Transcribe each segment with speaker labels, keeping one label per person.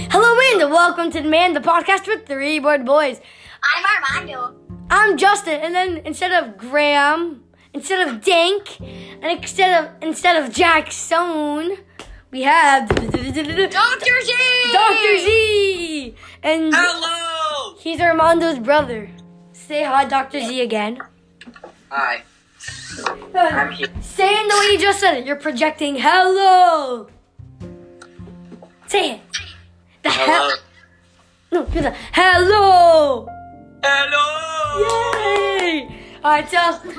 Speaker 1: And welcome to the Man the Podcast with three bored boys.
Speaker 2: I'm Armando.
Speaker 1: I'm Justin, and then instead of Graham, instead of Dank, and instead of instead of Jack Stone, we have Dr.
Speaker 2: Dr. Z!
Speaker 1: Z, and
Speaker 3: Hello!
Speaker 1: he's Armando's brother. Say hi, Dr. Z again.
Speaker 3: Hi, I'm here.
Speaker 1: Say it the way you just said it. You're projecting hello. Say it. The
Speaker 3: Hello.
Speaker 1: hell? No, do the hello.
Speaker 3: Hello!
Speaker 1: Yay! Alright, so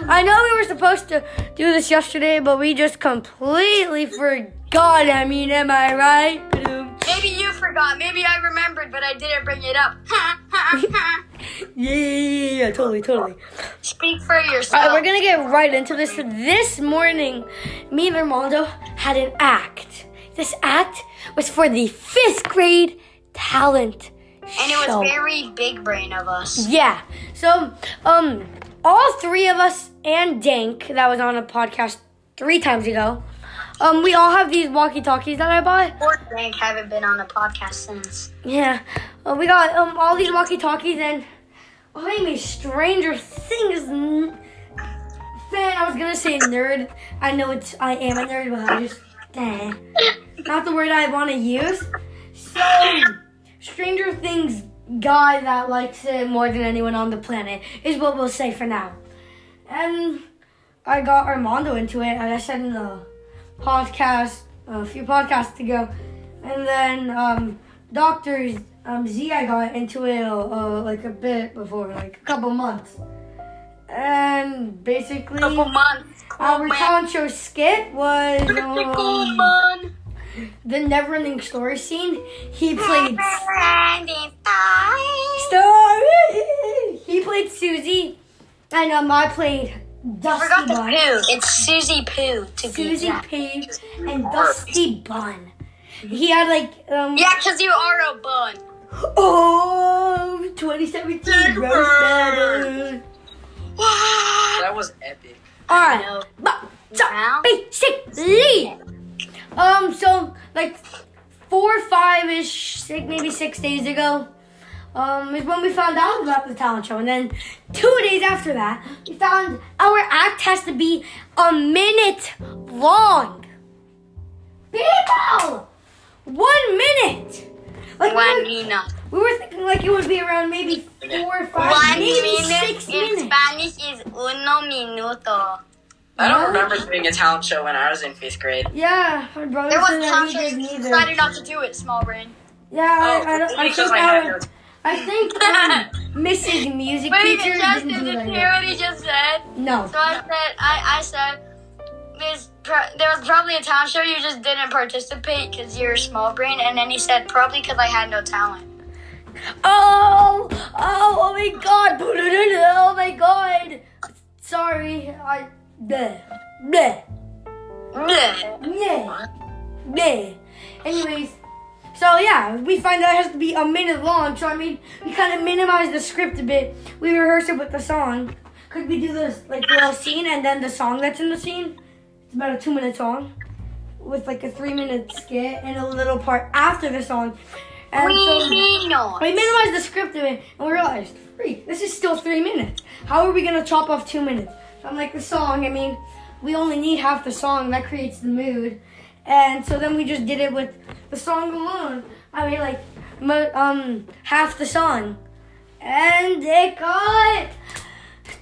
Speaker 1: I know we were supposed to do this yesterday, but we just completely forgot. I mean, am I right? Ba-doom.
Speaker 2: Maybe you forgot. Maybe I remembered, but I didn't bring it up.
Speaker 1: Yeah, totally, totally.
Speaker 2: Speak for yourself.
Speaker 1: Alright, Uh, we're gonna get right into this. This morning, me and Armando had an act. This act was for the fifth grade talent
Speaker 2: and it was
Speaker 1: show.
Speaker 2: very big brain of us.
Speaker 1: Yeah. So, um, all three of us and Dank, that was on a podcast three times ago, um, we all have these walkie talkies that I bought.
Speaker 2: Poor Frank haven't been on a podcast since.
Speaker 1: Yeah. Uh, we got, um, all these walkie talkies and, oh, I mean, Stranger Things. n- Man, I was gonna say nerd. I know it's, I am a nerd, but I just, eh. dang. Not the word I wanna use. So, Stranger Things guy that likes it more than anyone on the planet is what we'll say for now. And I got Armando into it, as I said in the podcast a few podcasts ago. And then um, Doctor um, Z, I got into it uh, like a bit before, like a couple months. And basically,
Speaker 2: Couple months.
Speaker 1: our Concho skit was
Speaker 2: Cool
Speaker 1: um,
Speaker 2: man.
Speaker 1: the Neverending Story scene. He played.
Speaker 2: Never-ending story.
Speaker 1: Story. He played Susie, and um, I played
Speaker 2: I forgot
Speaker 1: Dusty
Speaker 2: the
Speaker 1: Bun.
Speaker 2: poo. It's Susie Poo to be
Speaker 1: Susie
Speaker 2: exact.
Speaker 1: Pig and Dusty Bun. He had like um
Speaker 2: Yeah, because you are a bun.
Speaker 1: oh 2017
Speaker 3: Big
Speaker 1: roasted.
Speaker 3: That was epic.
Speaker 1: Alright, but so
Speaker 2: Wow.
Speaker 1: basically, um, so like four, five ish, six, maybe six days ago, um, is when we found out about the talent show, and then two days after that, we found our act has to be a minute long. People, one minute. Like we
Speaker 2: One
Speaker 1: were-
Speaker 2: minute.
Speaker 1: we were thinking like it would be around maybe four or five,
Speaker 2: One
Speaker 1: maybe
Speaker 2: minute
Speaker 1: six
Speaker 2: in
Speaker 1: minutes.
Speaker 2: Spanish is uno minuto.
Speaker 1: Yeah.
Speaker 3: I don't remember doing a talent show when I was in fifth grade.
Speaker 1: Yeah, my brother
Speaker 2: There was
Speaker 1: said that he
Speaker 2: Tasha
Speaker 1: didn't
Speaker 2: who
Speaker 1: either.
Speaker 2: decided not to do it, small brain. Oh,
Speaker 1: Yeah, I, I don't. I
Speaker 3: Oh, because
Speaker 1: think
Speaker 3: I had
Speaker 1: I,
Speaker 3: no-
Speaker 1: I think um, Mrs. Music
Speaker 2: Wait,
Speaker 1: Teacher
Speaker 2: Justin,
Speaker 1: didn't do
Speaker 2: did
Speaker 1: that.
Speaker 2: you hear
Speaker 1: yet.
Speaker 2: what he just said?
Speaker 1: No.
Speaker 2: So I said, I, I said, there's pro- there was probably a talent show you just didn't participate because you're a small brain. And then he said, probably because I had no talent.
Speaker 1: Oh, oh, oh my God! Oh my God! Sorry, I. Bleh, bleh,
Speaker 2: Bleh.
Speaker 1: bleh, bleh. Anyways, so yeah, we find out it has to be a minute long. So I mean, we kind of minimize the script a bit. We rehearse it with the song. Could we do this like little scene and then the song that's in the scene? It's about a two minute song with like a three minute skit and a little part after the song. And so we
Speaker 2: We know.
Speaker 1: minimized the script of it and we realized, free, this is still three minutes. How are we gonna chop off two minutes? So I'm like, the song, I mean, we only need half the song, that creates the mood. And so then we just did it with the song alone. I mean, like, mo- um, half the song. And it got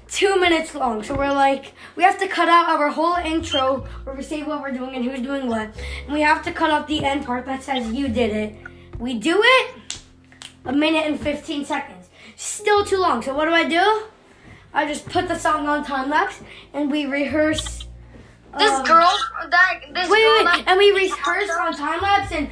Speaker 1: two minutes long. So we're like, we have to cut out our whole intro where we say what we're doing and who's doing what. And we have to cut out the end part that says you did it. We do it a minute and 15 seconds. Still too long. So what do I do? I just put the song on time lapse and we rehearse.
Speaker 2: This
Speaker 1: um,
Speaker 2: girl, that, this
Speaker 1: Wait,
Speaker 2: girl,
Speaker 1: wait, wait.
Speaker 2: that-
Speaker 1: And we rehearse on time lapse and.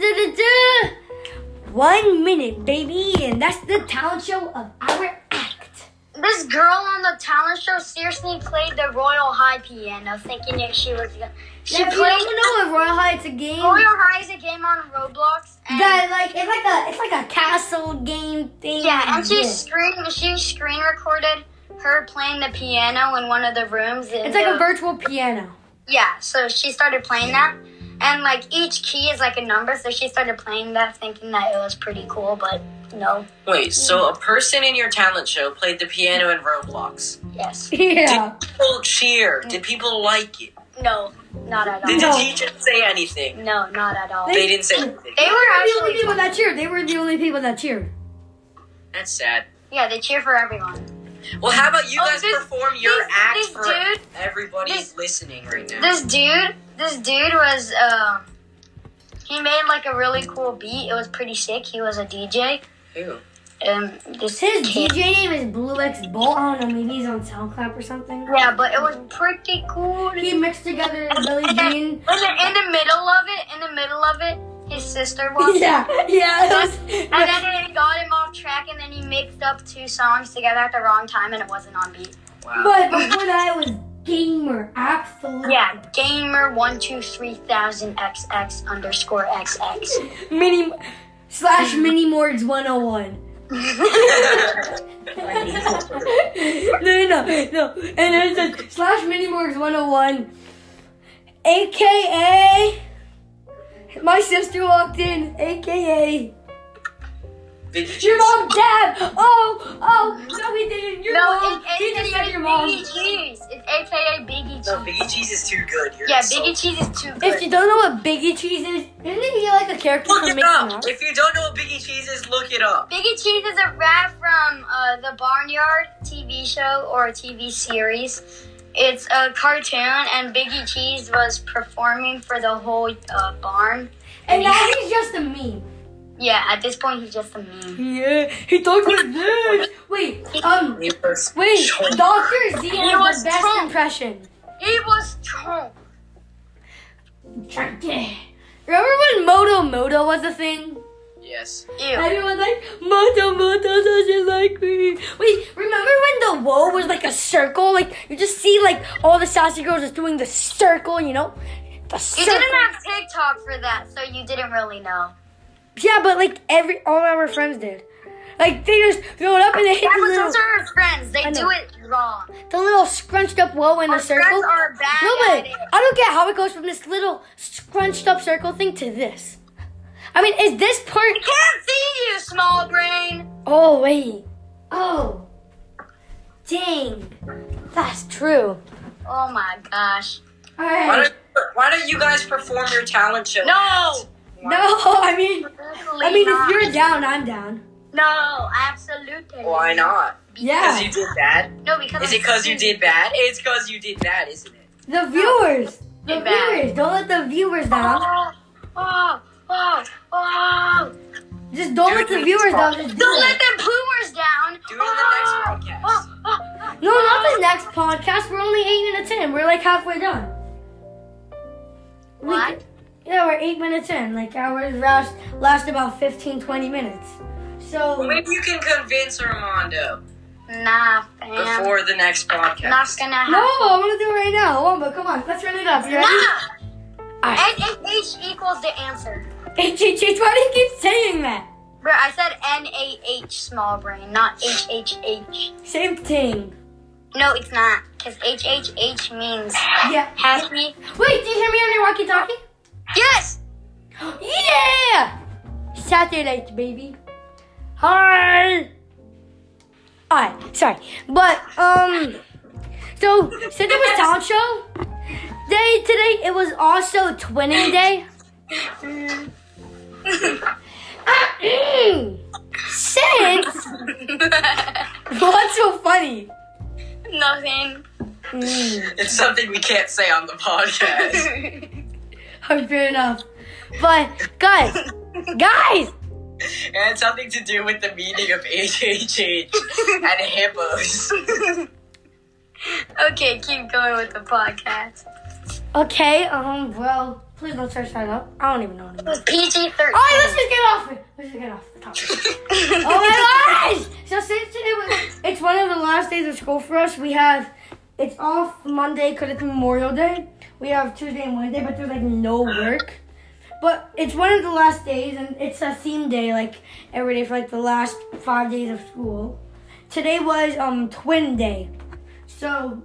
Speaker 1: da-da-da-da-da-da. One minute, baby. And that's the talent show of our act.
Speaker 2: this girl on the talent show seriously played the Royal High piano, thinking that she was gonna. She
Speaker 1: If you
Speaker 2: played
Speaker 1: don't know what Royal Heights a game.
Speaker 2: Royal High is a game on Roblox. And
Speaker 1: That like it's like a it's like a castle game thing.
Speaker 2: Yeah, and she screen she screen recorded her playing the piano in one of the rooms.
Speaker 1: It's like a virtual piano.
Speaker 2: yeah. So she started playing that, and and like each key is like a number. So she started playing that, thinking that it was pretty cool, but no.
Speaker 3: Wait, so a person in your talent show played the piano in Roblox.
Speaker 2: Yes.
Speaker 1: Yeah.
Speaker 3: Did people cheer? Did people like it?
Speaker 2: No. Not at
Speaker 3: Did
Speaker 2: all.
Speaker 1: No.
Speaker 3: the teacher say anything?
Speaker 2: No, not at all.
Speaker 3: They didn't say anything.
Speaker 2: They
Speaker 1: They were
Speaker 2: were
Speaker 1: the only
Speaker 2: actually.
Speaker 1: people that cheered. They were the only people that cheered.
Speaker 3: That's sad.
Speaker 2: Yeah, they cheer for everyone.
Speaker 3: Well, how about you
Speaker 2: Oh,
Speaker 3: guys
Speaker 2: this-
Speaker 3: perform your
Speaker 2: this-
Speaker 3: act
Speaker 2: this
Speaker 3: for
Speaker 2: dude-
Speaker 3: everybody
Speaker 2: this-
Speaker 3: listening right now?
Speaker 2: This dude, this dude was um, he made like a really cool beat. It was pretty sick. He was a DJ.
Speaker 3: Who?
Speaker 2: Um, this
Speaker 1: His
Speaker 2: kid-
Speaker 1: DJ name is Blue X Bolt. I don't know. Maybe he's on SoundCloud or something.
Speaker 2: Yeah, but it was pretty cool.
Speaker 1: He mixed together Billie Jean.
Speaker 2: Listen, in the middle of it, in the middle of it, his sister walked.
Speaker 1: Yeah, yeah. it
Speaker 2: And
Speaker 1: was-
Speaker 2: then it got him off track, and then he mixed up two songs together at the wrong time, and it wasn't on beat.
Speaker 3: Wow.
Speaker 1: But before that, it was Gamer. Absolutely.
Speaker 2: Yeah, gamer one two three thousand xx underscore xx.
Speaker 1: Mini slash Mini Mords 101. no, no, no. And then it says slash Mini Mords 101, aka. My sister walked in, aka.
Speaker 3: Did you
Speaker 1: Your mom, dad. Oh, oh, no, he didn't. Your
Speaker 2: No,
Speaker 1: mom.
Speaker 2: it's
Speaker 1: He just said
Speaker 2: AKA
Speaker 1: your mom.
Speaker 2: Biggie Cheese. It's AKA Biggie
Speaker 3: No,
Speaker 2: Cheese.
Speaker 3: Biggie Cheese is too good. You're
Speaker 2: Yeah,
Speaker 3: insulting.
Speaker 2: Biggie Cheese is too good.
Speaker 1: If you don't know what Biggie Cheese is, isn't he like a character
Speaker 3: Look
Speaker 1: from
Speaker 3: it
Speaker 1: Mickey
Speaker 3: up.
Speaker 1: Mouse?
Speaker 3: If you don't know what Biggie Cheese is, look it up.
Speaker 2: Biggie Cheese is a rap from uh, the Barnyard TV show or TV series. It's a cartoon, and Biggie Cheese was performing for the whole uh, barn.
Speaker 1: And now he's just a meme.
Speaker 2: Yeah, at this point, he's just a meme.
Speaker 1: Yeah, he talks like this. Wait, um,
Speaker 3: He was
Speaker 1: wait,
Speaker 3: short.
Speaker 1: Doctor Z has
Speaker 2: was
Speaker 1: the best
Speaker 2: drunk.
Speaker 1: impression.
Speaker 2: He was drunk.
Speaker 1: Drunk it. Remember when Moto Moto was a thing?
Speaker 3: Yes.
Speaker 2: Ew.
Speaker 1: Everyone's like, Moto Moto doesn't like me. Wait, remember when the woe was like a circle? Like, you just see like all the sassy girls just doing the circle, you know? The
Speaker 2: You
Speaker 1: circle.
Speaker 2: didn't have TikTok for that, so you didn't really know.
Speaker 1: yeah, but like every, all our friends did. Like, they just throw it up and they hit
Speaker 2: Yeah,
Speaker 1: the
Speaker 2: but
Speaker 1: little,
Speaker 2: those are her friends. They
Speaker 1: I know.
Speaker 2: do it wrong.
Speaker 1: the little scrunched up woe in
Speaker 2: Our
Speaker 1: the circle.
Speaker 2: friends are bad
Speaker 1: No,
Speaker 2: at
Speaker 1: but
Speaker 2: it.
Speaker 1: I don't get how it goes from this little scrunched up circle thing to this. I mean, is this part?
Speaker 2: Can't see you, small brain.
Speaker 1: Oh wait. Oh. Dang. That's true.
Speaker 2: Oh my gosh.
Speaker 1: All
Speaker 3: Why
Speaker 1: right.
Speaker 3: don't, why don't you guys perform your talent show?
Speaker 2: No.
Speaker 1: No, I mean,
Speaker 2: Definitely
Speaker 1: I mean, if
Speaker 2: not.
Speaker 1: you're down, I'm down.
Speaker 2: No, absolutely.
Speaker 3: Why not? Because
Speaker 1: Yeah.
Speaker 3: you did bad?
Speaker 2: No, because
Speaker 3: Is
Speaker 2: I'm
Speaker 3: it because you
Speaker 2: confused.
Speaker 3: did bad? It's because you did bad, isn't it?
Speaker 1: The viewers. The
Speaker 2: Get back.
Speaker 1: viewers. Don't let the viewers down.
Speaker 2: Oh, oh, oh, oh.
Speaker 1: Just don't let the viewers down. Just do
Speaker 2: Don't let
Speaker 1: it.
Speaker 2: them poopers down.
Speaker 3: Do it in the next podcast.
Speaker 2: Oh, oh, oh.
Speaker 1: No, not the next podcast. We're only eight minutes in. We're like halfway done. We-
Speaker 2: What?
Speaker 1: Yeah, we're eight minutes in. Like our last last about 15, 20 minutes. So
Speaker 3: Maybe you can convince Armando
Speaker 2: Nah, fam.
Speaker 3: before the next
Speaker 2: Not
Speaker 3: podcast.
Speaker 2: gonna
Speaker 1: no,
Speaker 2: happen.
Speaker 1: I want to do it right now. Womba, come on, let's turn it up. You ready?
Speaker 2: Nah.
Speaker 1: Alright.
Speaker 2: And if H equals the answer.
Speaker 1: H H H. Why do you keep saying that?
Speaker 2: Bro, I said N A H small brain, not H H H.
Speaker 1: Same thing.
Speaker 2: No, it's not, because H H H means
Speaker 1: Yeah.
Speaker 2: happy.
Speaker 1: Wait, do you hear me on your walkie-talkie?
Speaker 2: Yes.
Speaker 1: Yeah! Satellite, baby. Hi! Alright, sorry. But, um, so, since it was Town Show, day today, it was also Twinning Day. Mm. since, what's so funny?
Speaker 2: Nothing.
Speaker 1: Mm.
Speaker 3: It's something we can't say on the podcast.
Speaker 1: Oh, fair enough. But, guys, guys,
Speaker 3: and it's something to do with the meaning of HHH and hippos.
Speaker 2: okay, keep going with the podcast.
Speaker 1: okay, um, well, please don't search that up. I don't even know anymore.
Speaker 2: PG
Speaker 1: All right,
Speaker 2: thirteen.
Speaker 1: let's just get off it. Let's just get off the topic. oh my gosh! So since today was, it's one of the last days of school for us, we have it's off Monday because it's Memorial Day. We have Tuesday and Wednesday, but there's like no work. But it's one of the last days, and it's a theme day like every day for like the last five days of school. Today was um Twin Day, so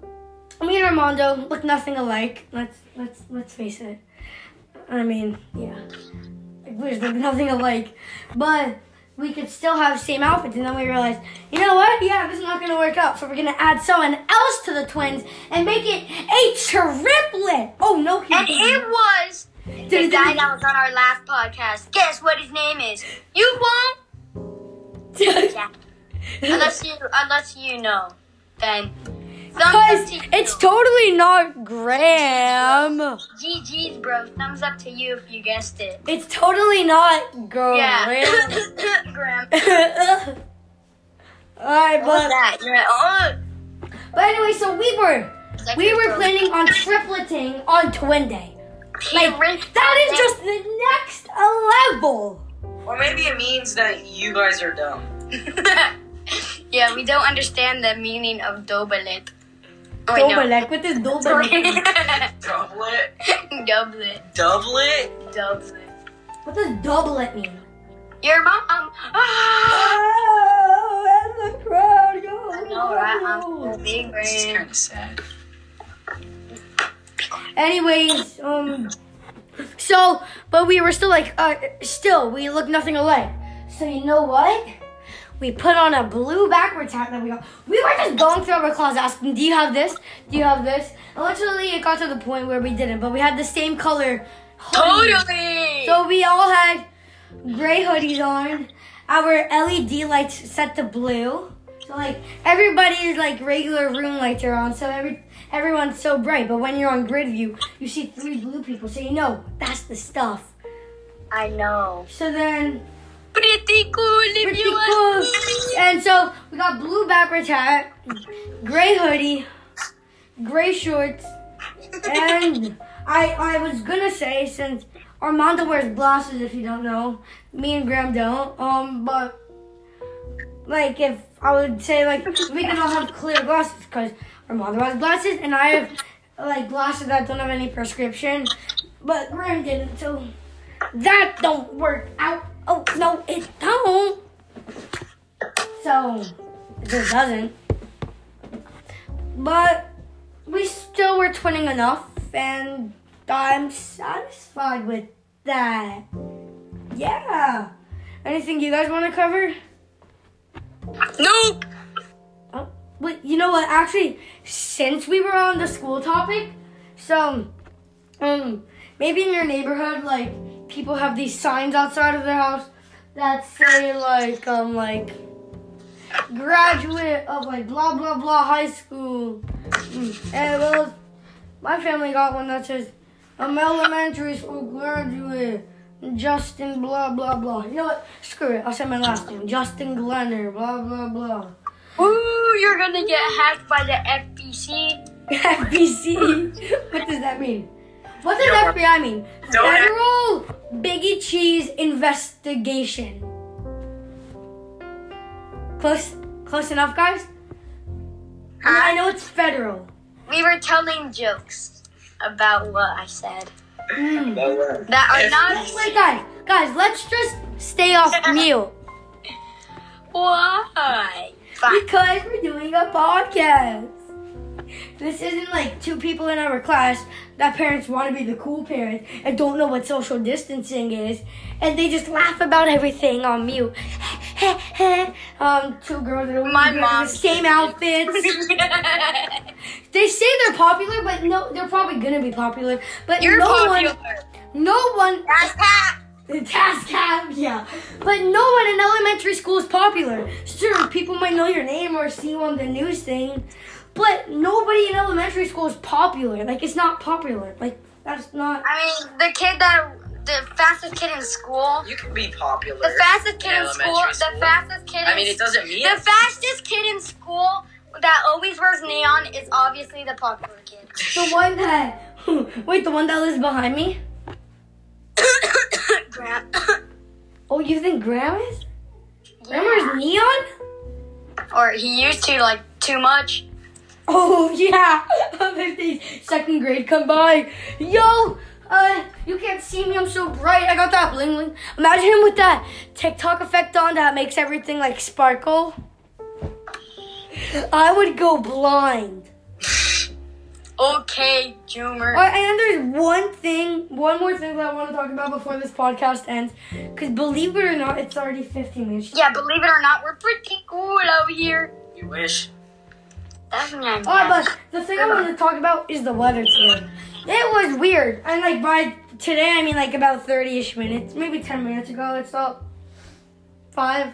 Speaker 1: me and Armando look nothing alike. Let's let's let's face it. I mean, yeah. Like, there's nothing alike. But we could still have same outfits. And then we realized, you know what? Yeah, this is not going to work out. So we're going to add someone else to the twins and make it a triplet. Oh, no. he
Speaker 2: And
Speaker 1: didn't.
Speaker 2: it was the guy that was on our last podcast. Guess what his name is? You won't. Yeah. Unless you, unless you know, then.
Speaker 1: Guys, it's totally not Graham.
Speaker 2: GG's, bro. Thumbs up to you if you guessed it.
Speaker 1: It's totally not
Speaker 2: Yeah.
Speaker 1: Graham.
Speaker 2: Graham.
Speaker 1: Alright,
Speaker 2: What was
Speaker 1: but,
Speaker 2: that? You're like, oh.
Speaker 1: but anyway, so we were
Speaker 2: Second
Speaker 1: we were
Speaker 2: row.
Speaker 1: planning on tripleting on Twin Day. Like
Speaker 2: Terrence-
Speaker 1: that is just the next
Speaker 2: Oh,
Speaker 1: level.
Speaker 3: Or maybe it means that you guys are dumb.
Speaker 2: yeah, we don't understand the meaning of doublet. Oh, wait, no.
Speaker 1: Dobelek, what is Dobelek?
Speaker 3: Doublet?
Speaker 2: doublet,
Speaker 3: Doublet?
Speaker 2: doublet.
Speaker 1: What does doublet mean?
Speaker 2: Your mom. Um, ah!
Speaker 1: Oh, and the crowd goes
Speaker 2: I know, right? I'm
Speaker 1: wild.
Speaker 2: big
Speaker 3: This is kind
Speaker 2: brain.
Speaker 3: of sad.
Speaker 1: Anyways, um, so but we were still like, uh, still we look nothing alike. So you know what? We put on a blue backwards hat that we got. We were just going through our closet asking, "Do you have this? Do you have this?" And literally, it got to the point where we didn't, but we had the same color. hoodie.
Speaker 2: Totally.
Speaker 1: So we all had gray hoodies on. Our LED lights set to blue. So like everybody's like regular room lights are on, so every everyone's so bright. But when you're on grid view, you see three blue people, so you know that's the stuff.
Speaker 2: I know.
Speaker 1: So then
Speaker 2: Pretty cool if
Speaker 1: pretty
Speaker 2: you
Speaker 1: cool.
Speaker 2: ask me.
Speaker 1: And so we got blue backwards hat, gray hoodie, gray shorts, and I I was gonna say since Armando wears glasses, if you don't know, me and Graham don't. Um, but like if I would say like we can all have clear glasses because Armando has glasses and I have like glasses that don't have any prescription, but Graham didn't. So that don't work out. Oh no, it don't. So it just doesn't. But we still were twinning enough, and I'm satisfied with that. Yeah. Anything you guys want to cover?
Speaker 2: Nope.
Speaker 1: Oh, wait, you know what? Actually, since we were on the school topic, so um, maybe in your neighborhood, like people have these signs outside of their house that say like um like graduate of like blah blah blah high school. Mm, And well, my family got one that says I'm elementary school graduate. Justin blah blah blah. You know what? Screw it. I'll say my last name. Justin Glenner. Blah blah blah.
Speaker 2: Ooh, you're gonna get hacked by the FBC.
Speaker 1: FBC. what does that mean? What does
Speaker 3: Don't-
Speaker 1: FBI mean?
Speaker 3: don't-
Speaker 1: Federal Biggie Cheese Investigation. Close, close enough, guys. I know it's federal.
Speaker 2: We were telling jokes about what I said
Speaker 1: Mm.
Speaker 3: Doublet.
Speaker 2: that are
Speaker 3: FBC.
Speaker 2: not.
Speaker 1: Wait, guys, guys, let's just stay off mute
Speaker 2: Why? Fine.
Speaker 1: because we're doing a podcast. This isn't like two people in our class that parents want to be the cool parents and don't know what social distancing is, and they just laugh about everything on mute. um, two girls that are
Speaker 2: My
Speaker 1: wearing
Speaker 2: mom-
Speaker 1: the same outfits. they say they're popular, but no, they're probably gonna be popular. But
Speaker 2: You're
Speaker 1: no
Speaker 2: popular.
Speaker 1: one, no one
Speaker 2: That's hap.
Speaker 1: the task cap, yeah. But no one in elementary school is popular. Sure, people might know your name or see you on the news thing, but nobody in elementary school is popular. Like, it's not popular. Like, that's not.
Speaker 2: I mean, the kid that the fastest kid in school,
Speaker 3: You can be popular.
Speaker 2: the fastest kid in,
Speaker 3: elementary
Speaker 2: school, the fastest kid.
Speaker 3: I
Speaker 2: in,
Speaker 3: mean, it doesn't mean
Speaker 2: the fastest kid in school that always wears neon is obviously the popular kid.
Speaker 1: The one that. Wait, the one that lives behind me?
Speaker 2: Grant.
Speaker 1: Oh, you think Graham is? Graham wears neon?
Speaker 2: Or he used to like too much.
Speaker 1: Oh, yeah. If they second grade come by. Yo, uh, you can't see me. I'm so bright. I got that bling bling. Imagine him with that TikTok effect on that makes everything like sparkle. I would go blind.
Speaker 2: Okay, Joomer.
Speaker 1: All right, and there's one thing one one more thing that I want to talk about before this podcast ends, because believe it or not, it's already 15 minutes.
Speaker 2: Yeah, believe it or not, we're pretty cool out here.
Speaker 3: You wish.
Speaker 2: That's what I'm
Speaker 1: All right, Oh, but the thing I wanted to talk about is the weather today. It was weird, and like by today I mean like about 30ish minutes, maybe 10 minutes ago. It's up five,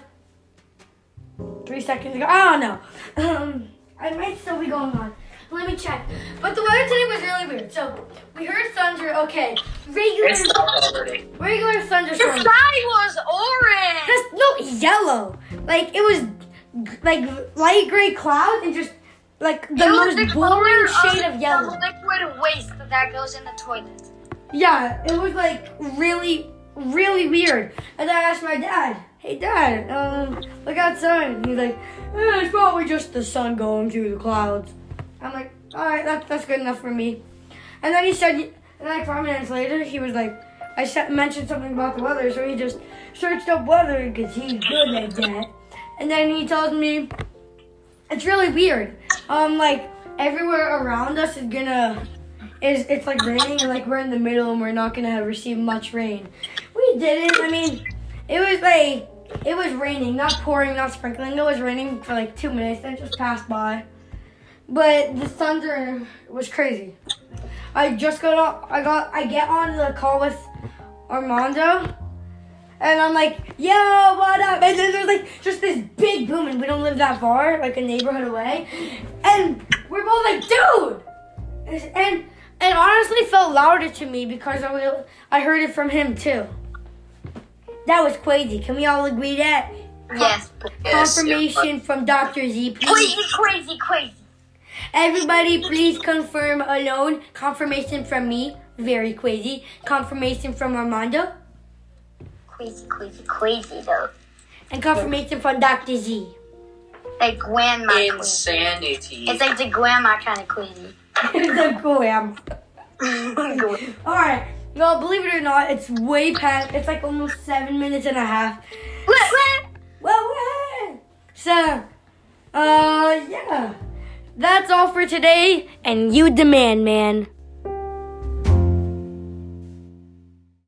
Speaker 1: three seconds ago. I don't know. Um, I might still be going on. Let me check. But the weather today was really weird. So we heard thunder. Okay, regular
Speaker 3: It's not already.
Speaker 1: regular
Speaker 2: The
Speaker 1: thunderstorms.
Speaker 2: sky was orange.
Speaker 1: Just no yellow. Like it was g- like light gray clouds and just like the
Speaker 2: It was
Speaker 1: most boring
Speaker 2: color
Speaker 1: shade of yellow.
Speaker 2: The liquid waste that goes in the toilet.
Speaker 1: Yeah, it was like really, really weird. And I asked my dad, "Hey, Dad, um, look outside." And he's like, eh, "It's probably just the sun going through the clouds." I'm like, "All right, that's that's good enough for me." And then he said, and like five minutes later, he was like, "I sa- mentioned something about the weather," so he just searched up weather because he's good at that. And then he tells me, "It's really weird. Um, like everywhere around us is gonna." is it's like raining and like we're in the middle and we're not gonna have received much rain. We didn't. I mean, it was like it was raining, not pouring, not sprinkling. It was raining for like two minutes, then it just passed by. But the thunder was crazy. I just got on. I got. I get on the call with Armando. And I'm like, yo, what up? And then there's like just this big boom, and we don't live that far, like a neighborhood away. And we're both like, dude, and it honestly felt louder to me because I will, I heard it from him too. That was crazy. Can we all agree that
Speaker 2: Yes.
Speaker 3: Yes,
Speaker 1: confirmation from Doctor Z, please?
Speaker 2: Crazy, crazy, crazy.
Speaker 1: Everybody, please confirm alone. Confirmation from me, very crazy. Confirmation from Armando,
Speaker 2: Crazy, crazy, crazy though.
Speaker 1: and confirmation from Doctor Z.
Speaker 2: Like grandma
Speaker 3: yeah.
Speaker 2: queen.
Speaker 3: Insanity.
Speaker 2: It's like the grandma kind of crazy.
Speaker 1: the glam.
Speaker 2: Grandma.
Speaker 1: All right. Well, believe it or not, it's way past. It's like almost seven minutes and a half. Well, well. So, uh, yeah. That's all for today, and you demand, man.